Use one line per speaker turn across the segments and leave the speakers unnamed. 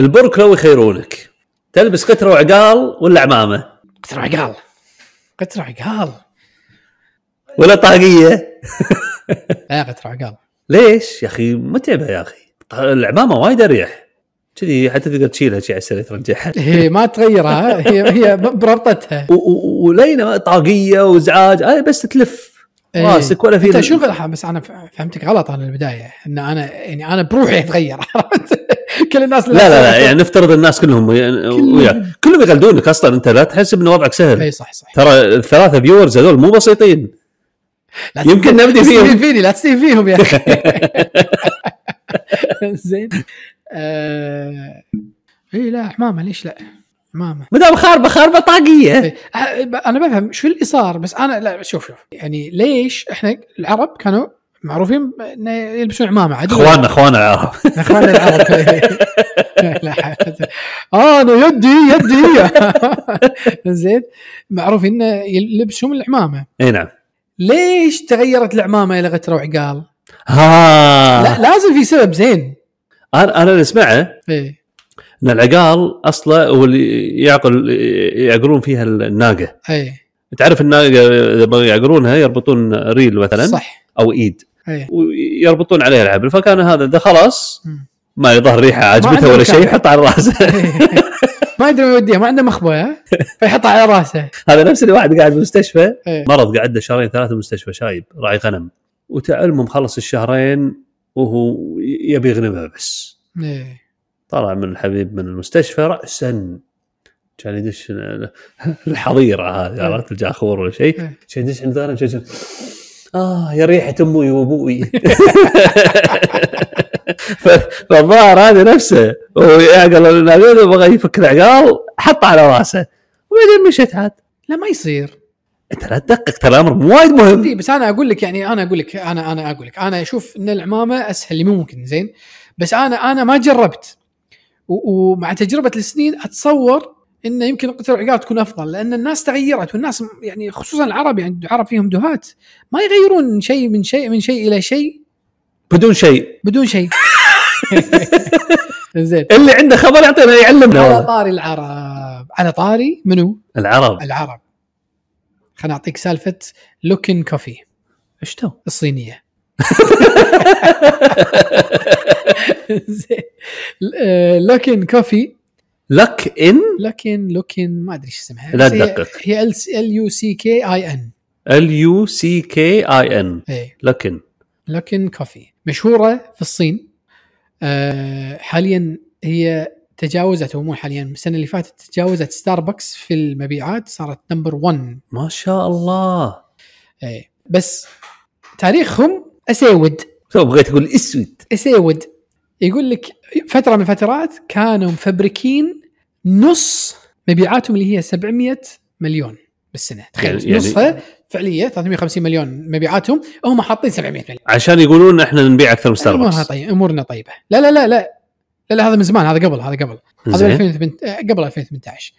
البرك لو يخيرونك تلبس كتره وعقال ولا عمامه
قتر عقال قتر عقال
ولا طاقيه
لا
إيه،
قتر عقال
ليش يا اخي متعبه يا اخي ط- العمامه وايد اريح كذي حتى تقدر تشيلها شي على السرير ترجعها
هي ما تغيرها هي هي بربطتها
و- و- ولينا ما- طاقيه وازعاج آه بس تلف
إيه.
راسك ولا في
انت شو غلط بس انا ف- فهمتك غلط انا البدايه ان انا يعني انا بروحي اتغير عرفت؟ كل الناس
لا لا لا يعني نفترض الناس كلهم ويا- وياك كلهم يقلدونك اصلا انت لا تحسب ان وضعك سهل
اي إيه، صح صح
ترى الثلاثه فيورز هذول مو بسيطين
لا
يمكن نبدي
تستهين
فيهم.
فيني لا تستهين فيهم يا اخي زين آه، اي لا حمامه ليش لا حمامه
ما دام خاربه خاربه طاقيه
إيه، انا بفهم شو اللي صار بس انا لا شوف شوف يعني ليش احنا العرب كانوا معروفين انه يلبسون عمامه عادي
اخواننا اخواننا العرب
اخوان العرب لا حد. اه انا يدي يدي زين معروفين انه يلبسون العمامه
اي نعم
ليش تغيرت العمامه الى غتره وعقال؟ لا
ها
لازم في سبب زين
انا انا آه. اللي اسمعه
ايه
ان العقال اصلا هو اللي يعقل يعقلون فيها الناقه
ايه
تعرف الناقه اذا بغوا يعقلونها يربطون ريل مثلا
صح
او ايد
ايه
ويربطون عليه العبل فكان هذا ده خلاص
مم.
ما يظهر ريحه
عنده
عجبته ولا شيء
مكان.
يحطها على راسه
ما يدري وين يوديها ما عنده مخبه ها؟ فيحطها على راسه
هذا نفس الواحد قاعد بالمستشفى
إيه.
مرض قعد له شهرين ثلاثه بالمستشفى شايب راعي غنم وتعلمه مخلص الشهرين وهو يبي يغنمها بس
ايه
طلع من الحبيب من المستشفى راسا كان يدش الحظيره هذه
إيه.
عرفت الجاخور ولا شيء
إيه.
كان يدش عند غنم كان يقول، اه يا ريحه امي وابوي ف- فالظاهر هذا نفسه هو يعقل العقال وبغى يفك العقال حطه على راسه وبعدين مشيت عاد
لا ما يصير
انت لا تدقق ترى الامر مو وايد مهم
دي بس انا اقول لك يعني انا اقول لك انا انا اقول لك انا اشوف ان العمامه اسهل اللي ممكن زين بس انا انا ما جربت و- ومع تجربه السنين اتصور انه يمكن قطر العقال تكون افضل لان الناس تغيرت والناس م- يعني خصوصا العرب يعني العرب فيهم دهات ما يغيرون شيء من شيء من شيء الى شيء
بدون شيء
بدون شيء زين
اللي عنده خبر يعطينا يعلمنا
على
والله.
طاري العرب على طاري منو؟
العرب
العرب خليني اعطيك سالفه لوكن كوفي
ايش تو؟
الصينيه زين. آه، لوكن كوفي
لك ان
لوكن لوكن ما ادري ايش اسمها
لا
بس هي-
تدقق.
هي ال يو سي كي اي ان
ال يو سي كي اي ان
إيه.
لكن
لوكن كوفي مشهوره في الصين آه، حاليا هي تجاوزت او مو حاليا السنه اللي فاتت تجاوزت ستاربكس في المبيعات صارت نمبر 1
ما شاء الله
إيه. بس تاريخهم اسود
تو بغيت اقول اسود
اسود يقول لك فتره من الفترات كانوا مفبركين نص مبيعاتهم اللي هي 700 مليون بالسنه تخيل
يعني- يعني-
يعني نصها فعليه 350 مليون مبيعاتهم هم حاطين 700 مليون
عشان يقولون احنا نبيع اكثر من
امورنا
ستاربكس
طيب امورنا طيبه لا لا لا لا لا, لا هذا من زمان هذا قبل هذا قبل هذا
زين
2008 آه، قبل 2018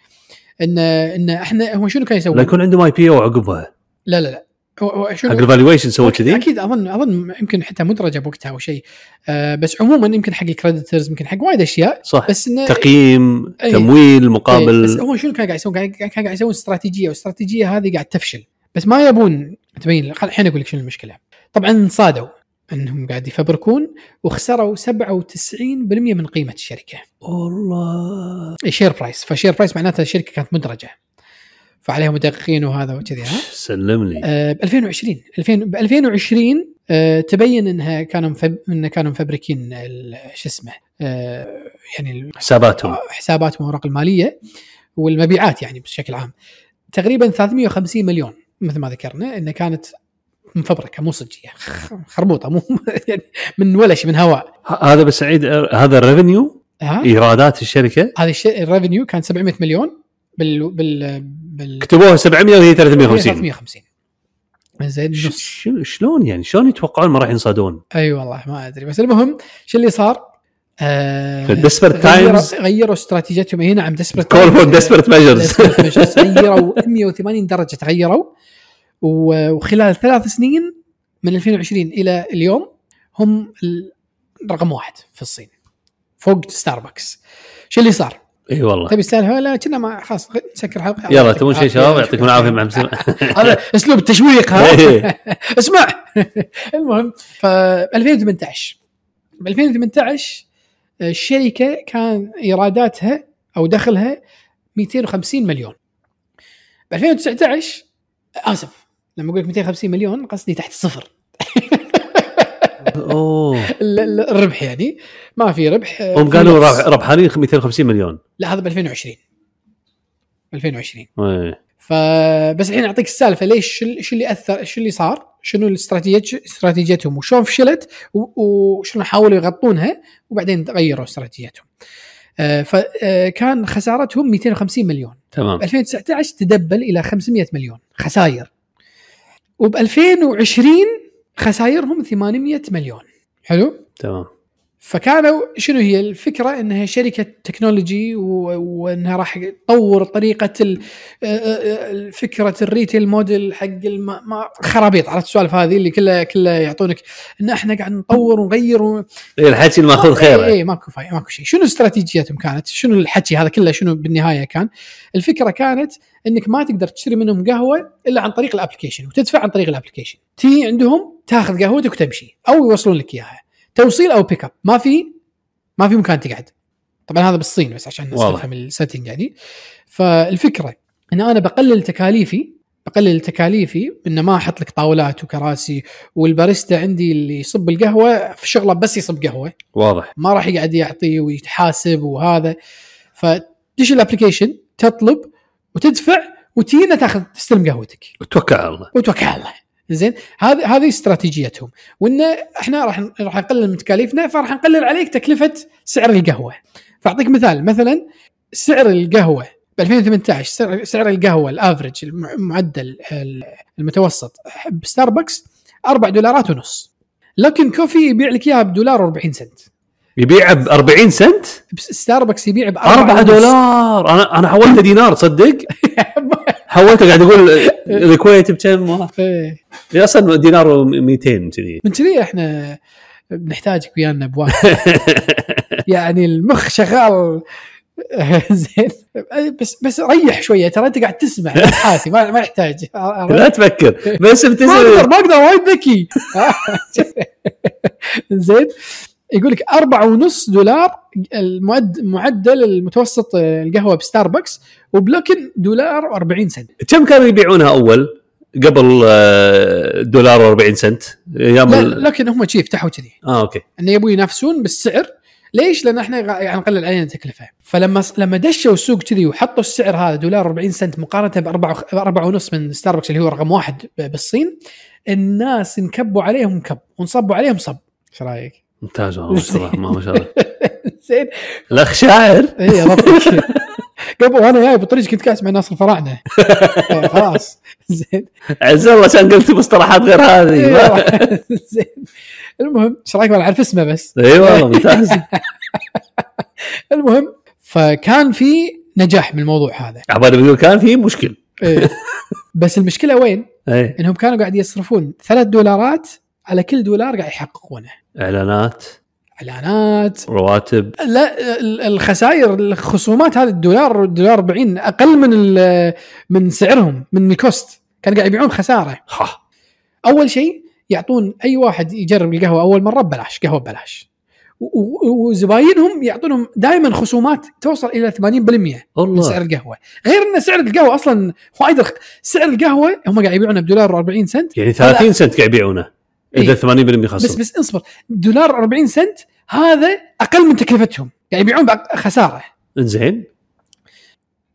ان ان احنا هم شنو كانوا
لا
يسوون؟
يكون عندهم اي بي او عقبها
لا لا لا هو- هو شنو
حق الفالويشن سووا كذي
اكيد اظن اظن يمكن حتى مدرجه بوقتها او شيء آه بس عموما يمكن حق الكريدترز يمكن حق وايد اشياء
صح
بس انه
تقييم
أي.
تمويل
إيه، بس
مقابل
هو شنو كان قاعد يسوون؟ قاعد- كان قاعد يسوون استراتيجيه والاستراتيجيه هذه قاعد تفشل بس ما يبون تبين خل- الحين اقول لك شنو المشكله. طبعا صادوا انهم قاعد يفبركون وخسروا 97% من قيمه الشركه
والله
الشير برايس فشير برايس معناته الشركه كانت مدرجه فعليها مدققين وهذا وكذي ها
سلم لي
آه، ب 2020 2000 ب 2020 آه، تبين انها كانوا مفب... ان كانوا مفبركين ال- شو اسمه آه، يعني ال-
حساباتهم
حساباتهم والاوراق الماليه والمبيعات يعني بشكل عام تقريبا 350 مليون مثل ما ذكرنا انها كانت مفبركه مو صجيه خ- خربوطه مو يعني من ولا شيء من هواء
ه- هذا بس سعيد أر- هذا الريفنيو
ها
ايرادات الشركه
هذا الشيء الريفنيو كان 700 مليون بال بال بال
كتبوها 700 وهي
إيه،
350
350 زين
ش-
نص
ش- شلون يعني شلون يتوقعون ما راح ينصادون
اي أيوة والله ما ادري بس المهم شو اللي صار؟ آه
The Desperate
غيروا-
Times.
غيروا استراتيجيتهم اي نعم ديسبرت
كول فور ديسبرت ميجرز
غيروا 180 درجه تغيروا و- وخلال ثلاث سنين من 2020 الى اليوم هم ال- رقم واحد في الصين فوق ستاربكس شو اللي صار؟
اي إيه والله
تبي السالفه ولا كنا ما خلاص غ- نسكر حلقه
طيب. يلا تبون شيء شباب يعطيكم العافيه مع إيه. مسلم
هذا اسلوب التشويق ها اسمع المهم ف 2018 ب 2018 الشركه آه، كان ايراداتها او دخلها 250 مليون ب 2019 اسف لما اقول لك 250 مليون قصدي تحت صفر
اوه
ال- ال- الربح يعني ما في ربح آه،
هم
في
قالوا
نقص.
رب- ربحانين 250 مليون
لا هذا ب 2020 2020
إيه.
فبس الحين اعطيك السالفه ليش شو- شو اللي اثر شو اللي صار شنو الاستراتيجيه استراتيجيتهم وشلون فشلت و- وشلون حاولوا يغطونها وبعدين غيروا استراتيجيتهم آه، فكان خسارتهم 250 مليون
تمام
ب 2019 تدبل الى 500 مليون خساير وب 2020 خسايرهم 800 مليون حلو
تمام
فكانوا شنو هي الفكره انها شركه تكنولوجي و- وانها راح تطور طريقه ال- آه، آه، فكره الريتيل موديل حق الم... ما خرابيط عرفت السوالف هذه اللي كلها كلها يعطونك ان احنا قاعد نطور ونغير و...
إيه الحكي اللي ماخذ
اي
خيره
إي، ماكو فاي ماكو شيء شنو استراتيجيتهم كانت شنو الحكي هذا كله شنو بالنهايه كان الفكره كانت انك ما تقدر تشتري منهم قهوه الا عن طريق الابلكيشن وتدفع عن طريق الابلكيشن تي عندهم تاخذ قهوتك وتمشي او يوصلون لك اياها توصيل او بيك اب ما في ما في مكان تقعد طبعا هذا بالصين بس عشان الناس
واضح.
تفهم السيتنج يعني فالفكره ان انا بقلل تكاليفي بقلل تكاليفي انه ما احط لك طاولات وكراسي والباريستا عندي اللي يصب القهوه في شغله بس يصب قهوه
واضح
ما راح يقعد يعطي ويتحاسب وهذا فتدش الابلكيشن تطلب وتدفع وتينا تاخذ تستلم قهوتك
توكل على الله
وتوكل على الله زين هذه هذه استراتيجيتهم وان احنا راح راح نقلل من تكاليفنا فراح نقلل عليك تكلفه سعر القهوه فاعطيك مثال مثلا سعر القهوه ب 2018 سعر- سعر القهوه الافرج الم- المعدل ال- المتوسط بستاربكس 4 دولارات ونص لكن كوفي يبيع لك اياها بدولار و40 سنت
يبيعه ب 40 سنت
ستاربكس يبيع ب
4 دولار انا انا حولته دينار تصدق حولته قاعد اقول الكويت بكم والله. هي اصلا دينار و200 كذي
إيه. من كذي احنا بنحتاجك ويانا بواحد يعني المخ شغال زين بس بس ريح شويه ترى انت قاعد تسمع لا تحاسي ما, ما يحتاج ما
لا تفكر بس
اقدر
بتسال
ما اقدر وايد ذكي زين يقول لك أربعة ونص دولار المعد معدل المتوسط القهوه بستاربكس وبلوكن دولار و40 سنت
كم كانوا يبيعونها اول قبل آه، دولار و40 سنت ايام
لا
ال-
لكن هم شي فتحوا كذي
اه اوكي
انه يبون ينافسون بالسعر ليش؟ لان احنا غ- يعني نقلل علينا التكلفه فلما لما دشوا السوق كذي وحطوا السعر هذا دولار 40 سنت مقارنه ب 4 4 ونص من ستاربكس اللي هو رقم واحد ب- بالصين الناس انكبوا عليهم كب ونصبوا عليهم صب ايش رايك؟
ممتاز والله ما شاء الله ما ما شاء الله
زين
الاخ شاعر
اي ربك قبل وانا جاي بالطريق كنت قاعد اسمع ناصر الفراعنه إيه، خلاص زين
عز الله عشان قلت مصطلحات غير هذه ما-
إيه، زين المهم ايش رايك انا اعرف اسمه بس
اي والله أيوة، ممتاز
المهم فكان في نجاح من الموضوع هذا
عبالي بيقول كان في مشكل
إيه. بس المشكله وين؟
اي
انهم كانوا قاعد يصرفون ثلاث دولارات على كل دولار قاعد يحققونه
اعلانات
اعلانات
رواتب
لا ال- الخسائر الخصومات هذه الدولار الدولار 40 اقل من ال- من سعرهم من الكوست كان قاعد يبيعون خساره
ها
اول شيء يعطون اي واحد يجرب القهوه اول مره ببلاش قهوه ببلاش و- و- وزباينهم يعطونهم دائما خصومات توصل الى 80% من سعر
والله
القهوه غير ان سعر القهوه اصلا وايد رخ- سعر القهوه هم قاعد يبيعونها بدولار و40 سنت
يعني 30 سنت قاعد يبيعونه اذا
إيه.
80%
بس
خصم
بس اصبر دولار 40 سنت هذا اقل من تكلفتهم قاعد يبيعون بأق- خساره
زين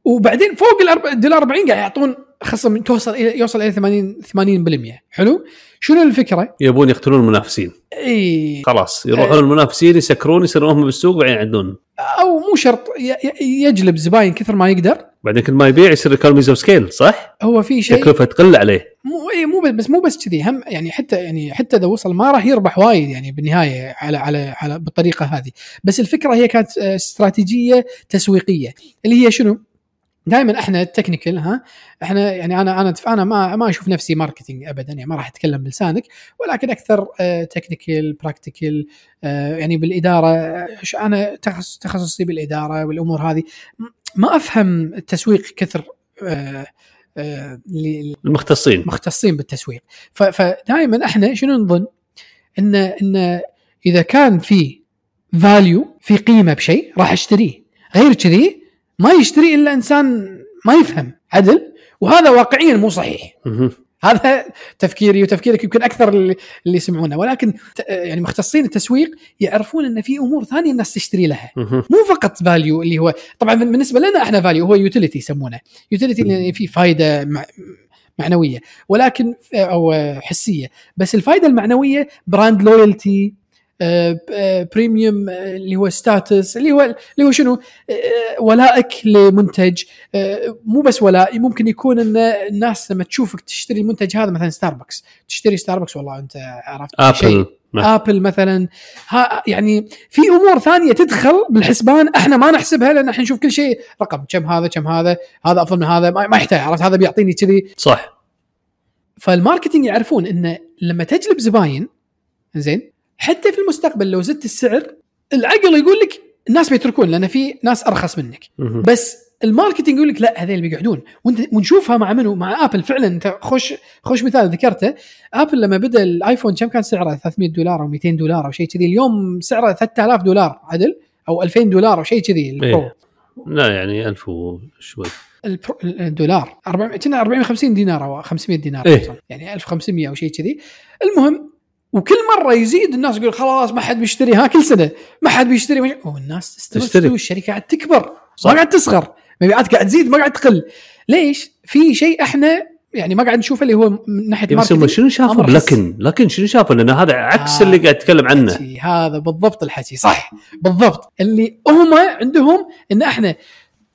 وبعدين فوق الأرب- الدولار 40 قاعد يعطون خصم توصل الى يوصل الى 80 80% حلو شنو إيه. الفكره؟
يبون يقتلون المنافسين
اي
خلاص يروحون المنافسين يسكرون يصيرون هم بالسوق بعدين يعدون
او مو شرط ي- ي- يجلب زباين كثر ما يقدر
بعدين كل ما يبيع يصير ايكونوميز اوف سكيل صح؟
هو في شيء
تكلفه تقل عليه
مو اي مو بس- بس مو بس كذي هم يعني حتى يعني حتى اذا وصل ما راح يربح وايد يعني بالنهايه على على على بالطريقه هذه بس الفكره هي كانت آه، استراتيجيه تسويقيه اللي هي شنو دائما احنا التكنيكال ها احنا يعني انا انا انا ما ما اشوف نفسي ماركتينج ابدا يعني ما راح اتكلم بلسانك ولكن آه، اكثر تكنيكال براكتيكال يعني بالاداره انا تخصص تخصصي بالاداره والامور هذه ما افهم التسويق كثر آه آه
المختصين
مختصين بالتسويق فدائما احنا شنو نظن ان ان اذا كان في فاليو في قيمه بشيء راح اشتريه غير كذي ما يشتري الا انسان ما يفهم عدل وهذا واقعيا مو صحيح هذا تفكيري وتفكيرك يمكن اكثر اللي يسمعونه ولكن يعني مختصين التسويق يعرفون ان في امور ثانيه الناس تشتري لها مو فقط فاليو اللي هو طبعا بالنسبه لنا احنا فاليو هو يوتيليتي يسمونه يوتيليتي يعني في فائده مع معنويه ولكن او حسيه بس الفائده المعنويه براند لويالتي آه، بريميوم آه، اللي هو ستاتس اللي هو اللي هو شنو آه، ولائك لمنتج آه، مو بس ولاء ممكن يكون ان الناس لما تشوفك تشتري المنتج هذا مثلا ستاربكس تشتري ستاربكس والله انت عرفت
ابل شيء.
ابل مثلا ها يعني في امور ثانيه تدخل بالحسبان احنا ما نحسبها لان احنا نشوف كل شيء رقم كم هذا كم هذا هذا افضل من هذا ما يحتاج عرفت هذا بيعطيني كذي
صح
فالماركتينج يعرفون انه لما تجلب زباين زين حتى في المستقبل لو زدت السعر العقل يقول لك الناس بيتركون لان في ناس ارخص منك
مهم.
بس الماركتينج يقول لك لا هذيل بيقعدون وانت ونشوفها مع منو مع ابل فعلا انت خوش خوش مثال ذكرته ابل لما بدا الايفون كم كان سعره 300 دولار او 200 دولار او شيء كذي اليوم سعره 3000 دولار عدل او 2000 دولار او شيء كذي البرو
إيه. لا يعني 1000 وشوي
البرو- الدولار 400 كنا 450 دينار او 500 دينار
إيه.
أصلاً. يعني 1500 او شيء كذي المهم وكل مره يزيد الناس يقول خلاص ما حد بيشتري ها كل سنه ما حد بيشتري ما- والناس
تشتري.
تستمر والشركه قاعد تكبر
صح.
ما قاعد تصغر مبيعات قاعد تزيد ما قاعد تقل ليش؟ في شيء احنا يعني ما قاعد نشوفه اللي هو من ناحيه
بس هم
marketing.
شنو شافوا
أمر حسي.
لكن لكن شنو شافوا لان هذا عكس
آه.
اللي قاعد يتكلم عنه
الحكي هذا بالضبط الحكي صح بالضبط اللي هم عندهم ان احنا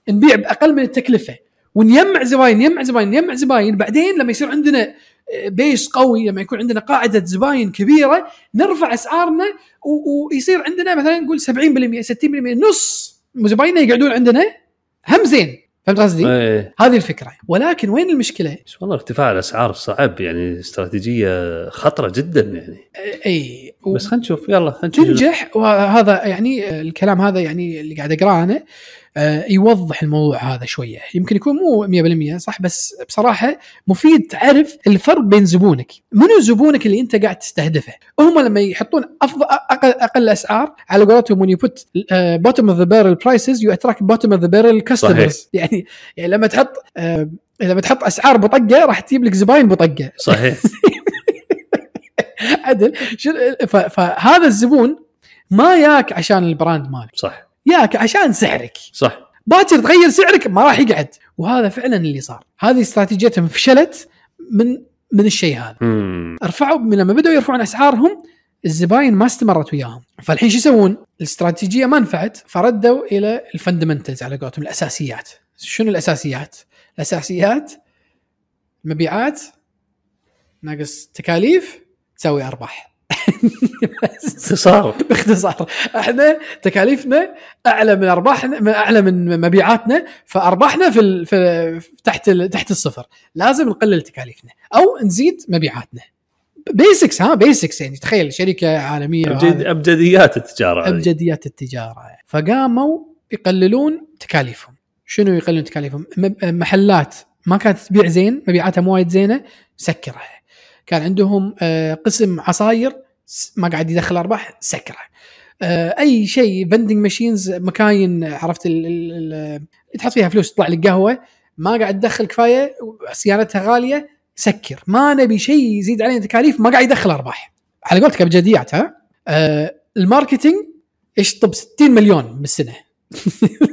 نبيع باقل من التكلفه ونجمع زباين نجمع زباين نجمع زباين بعدين لما يصير عندنا آه، بيس قوي لما يكون عندنا قاعده زباين كبيره نرفع اسعارنا و- ويصير عندنا مثلا نقول 70% 60% نص زبايننا يقعدون عندنا هم زين فهمت قصدي؟
ايه
هذه الفكره ولكن وين المشكله؟
بس والله ارتفاع الاسعار صعب يعني استراتيجيه خطره جدا يعني
آه، اي و-
بس خلينا نشوف يلا خلينا نشوف.
تنجح وهذا يعني الكلام هذا يعني اللي قاعد اقراه انا آه، يوضح الموضوع هذا شويه يمكن يكون مو 100% صح بس بصراحه مفيد تعرف الفرق بين زبونك منو زبونك اللي انت قاعد تستهدفه هم لما يحطون افضل اقل اقل اسعار على قولتهم when you put آه، bottom of the barrel prices you attract bottom of the
صحيح.
barrel customers يعني يعني لما تحط آه، لما تحط اسعار بطقه راح تجيب لك زباين بطقه
صحيح
عدل شنو- ف- فهذا الزبون ما ياك عشان البراند مالك
صح
ياك عشان سعرك
صح
باكر تغير سعرك ما راح يقعد وهذا فعلا اللي صار هذه استراتيجيتهم فشلت من من الشيء هذا
مم.
رفعوا من لما بدأوا يرفعون اسعارهم الزباين ما استمرت وياهم فالحين شو يسوون الاستراتيجيه ما نفعت فردوا الى الفندمنتلز على قولتهم الاساسيات شنو الاساسيات الاساسيات مبيعات ناقص تكاليف تساوي ارباح بس.
اختصار
باختصار احنا تكاليفنا اعلى من ارباحنا من- اعلى من مبيعاتنا فارباحنا في, ال... في تحت ال... تحت الصفر لازم نقلل تكاليفنا او نزيد مبيعاتنا بيسكس ها بيسكس يعني تخيل شركه عالميه
أبجد...
وهذا.
ابجديات التجاره هذه.
ابجديات التجاره فقاموا يقللون تكاليفهم شنو يقللون تكاليفهم مب- محلات ما كانت تبيع زين مبيعاتها مو وايد زينه سكرها كان عندهم آه، قسم عصاير س- ما قاعد يدخل ارباح سكره آه، اي شيء فندنج ماشينز مكاين عرفت ال- ال- ال- اللي تحط فيها فلوس تطلع لك قهوه ما قاعد تدخل كفايه صيانتها غاليه سكر ما نبي شيء يزيد علينا تكاليف ما قاعد يدخل ارباح على قولتك ابجديات ها آه، الماركتينج يشطب 60 مليون بالسنه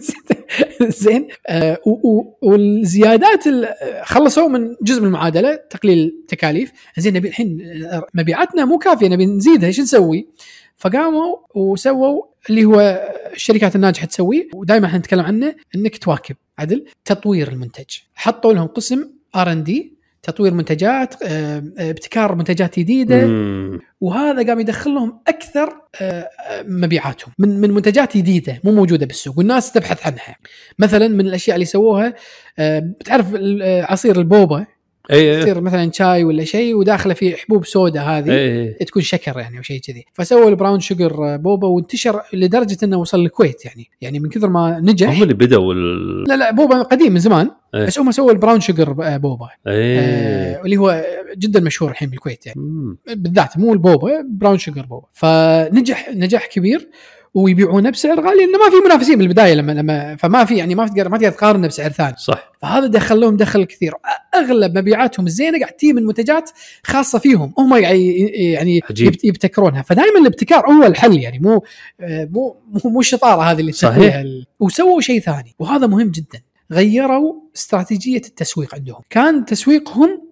زين آه، و- و- والزيادات ال- خلصوا من جزء من المعادله تقليل التكاليف زين نبي الحين آه، مبيعاتنا مو كافيه نبي نزيدها شو نسوي؟ فقاموا وسووا اللي هو الشركات الناجحه تسويه ودائما احنا نتكلم عنه انك تواكب عدل تطوير المنتج حطوا لهم قسم ار ان دي تطوير منتجات آه، آه، ابتكار منتجات جديده
مم.
وهذا قام يدخل لهم اكثر آه، آه، مبيعاتهم من من منتجات جديده مو موجوده بالسوق والناس تبحث عنها مثلا من الاشياء اللي سووها آه، بتعرف ال- آه، عصير البوبا
إيه. اي اي
يصير مثلا شاي ولا شيء وداخله فيه حبوب سودا هذه
اي
تكون شكر يعني او شيء كذي فسووا البراون شوجر آه، بوبا وانتشر لدرجه انه وصل الكويت يعني يعني من كثر ما نجح
هم اللي بدوا ال...
لا لا بوبا قديم من زمان
إيه.
بس هم سووا البراون شوجر آه، بوبا
اي
آه، اللي هو جدا مشهور الحين بالكويت يعني
إيه. مم.
بالذات مو البوبا براون شوجر بوبا فنجح نجاح كبير ويبيعونه بسعر غالي لانه ما في منافسين من البدايه لما لما فما في يعني ما تقدر ما تقدر تقارنه بسعر ثاني
صح
فهذا دخل لهم دخل كثير اغلب مبيعاتهم الزينه قاعد تجي من منتجات خاصه فيهم هم قاعد ي- يعني
عجيب.
يبت- يبتكرونها فدائما الابتكار هو الحل يعني مو آه، مو مو, مو الشطاره هذه اللي
صحيح.
تسويها ال- وسووا شيء ثاني وهذا مهم جدا غيروا استراتيجيه التسويق عندهم كان تسويقهم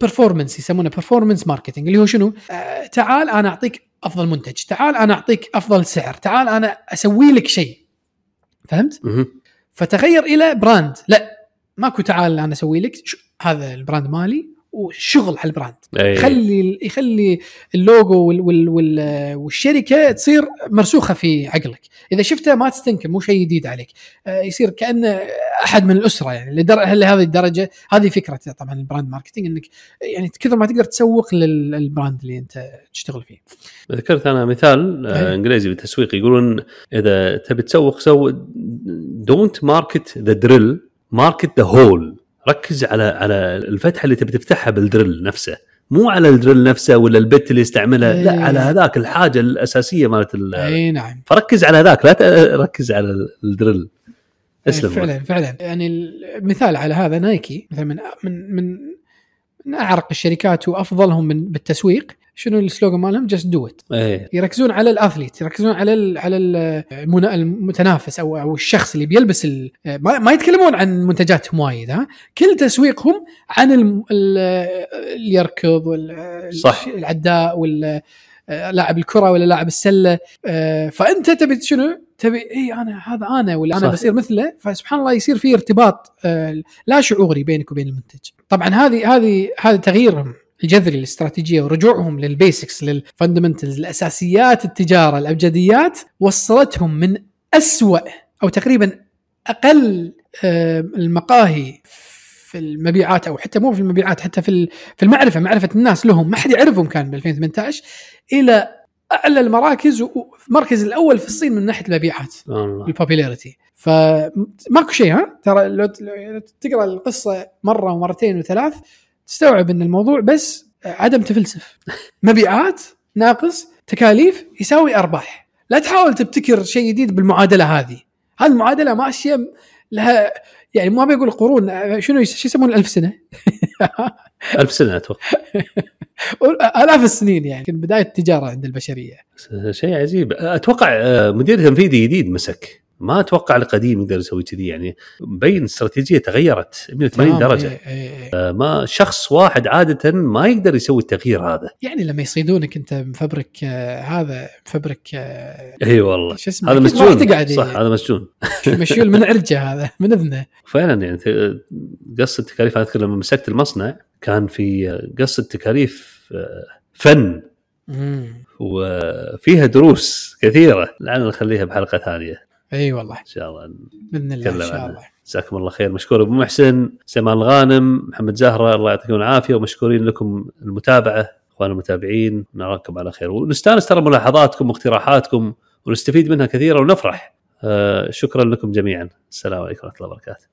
برفورمنس يسمونه برفورمنس ماركتنج اللي هو شنو آه، تعال انا اعطيك افضل منتج تعال انا اعطيك افضل سعر تعال انا اسوي لك شيء فهمت
مهم.
فتغير الى براند لا ماكو تعال انا اسوي لك ش- هذا البراند مالي وشغل على البراند
اي
خلي يخلي اللوجو وال وال وال والشركه تصير مرسوخه في عقلك اذا شفته ما تستنكر مو شيء جديد عليك آه، يصير كانه احد من الاسره يعني لدر... لهذه الدرجه هذه فكره طبعا البراند ماركتينج انك يعني كثر ما تقدر تسوق لل- للبراند اللي انت تشتغل فيه
ذكرت انا مثال آه،
إيه.
انجليزي بالتسويق يقولون اذا تبي تسوق سو دونت ماركت ذا دريل ماركت ذا هول ركز على على الفتحه اللي تبي تفتحها بالدريل نفسه مو على الدريل نفسه ولا البت اللي يستعملها لا
إيه.
على هذاك الحاجه الاساسيه مالت ال-
اي نعم
فركز على ذاك لا تركز على
إيه،
الدريل اسلم
فعلا فعلا يعني المثال على هذا نايكي مثلا من من من من اعرق الشركات وافضلهم من بالتسويق شنو السلوغان مالهم جاست دو ات
ايه
يركزون على الاثليت يركزون على ال على ال- المنا- المتنافس او او الشخص اللي بيلبس ال- ما ما يتكلمون عن منتجاتهم وايد ها كل تسويقهم عن الم- ال- اللي يركض وال-
صح.
العداء وال لاعب الكره ولا لاعب السله آه، فانت تبي شنو؟ تبي اي انا هذا انا ولا انا
صح.
بصير مثله فسبحان الله يصير في ارتباط آه، لا شعوري بينك وبين المنتج. طبعا هذه هذه هذا تغييرهم الجذري للاستراتيجيه ورجوعهم للبيسكس للفندمنتلز الاساسيات التجاره الابجديات وصلتهم من أسوأ او تقريبا اقل آه، المقاهي في المبيعات او حتى مو في المبيعات حتى في ال- في المعرفه معرفه الناس لهم ما حد يعرفهم كان ب 2018 الى اعلى المراكز ومركز الاول في الصين من ناحيه المبيعات
سبحان الله
البوبيلاريتي فماكو شيء ها ترى لو ت- لو تقرا القصه مره ومرتين وثلاث تستوعب ان الموضوع بس عدم تفلسف مبيعات ناقص تكاليف يساوي ارباح لا تحاول تبتكر شيء جديد بالمعادله هذه هذه المعادله ماشيه لها يعني ما بيقول قرون شنو يس- شو يسمون الألف سنه
ألف سنه اتوقع
الاف السنين يعني كان بدايه التجاره عند البشريه
شيء عجيب اتوقع آه، مدير تنفيذي جديد مسك ما اتوقع القديم يقدر يسوي كذي يعني مبين استراتيجيه تغيرت 180 درجه
إيه، إيه، إيه.
آه، ما شخص واحد عاده ما يقدر يسوي التغيير هذا
يعني لما يصيدونك انت مفبرك آه، هذا مفبرك آه،
اي والله
شو اسمه
هذا
أكيد ما راح
مسجون
تقعد
صح هذا مسجون
مشيول من عرجه هذا من اذنه
فعلا يعني ت- قص التكاليف انا اذكر لما مسكت المصنع كان في آه، قص التكاليف آه، فن وفيها دروس كثيره لعلنا نخليها بحلقه ثانيه ان
اي والله
شاء الله
باذن الله ان
تكلم
شاء
عنه.
الله
جزاكم الله خير مشكور ابو محسن سمان الغانم محمد زهره الله يعطيكم العافيه ومشكورين لكم المتابعه اخوان المتابعين نراكم على خير ونستانس ترى ملاحظاتكم واقتراحاتكم ونستفيد منها كثيرا ونفرح آه شكرا لكم جميعا السلام عليكم ورحمه الله وبركاته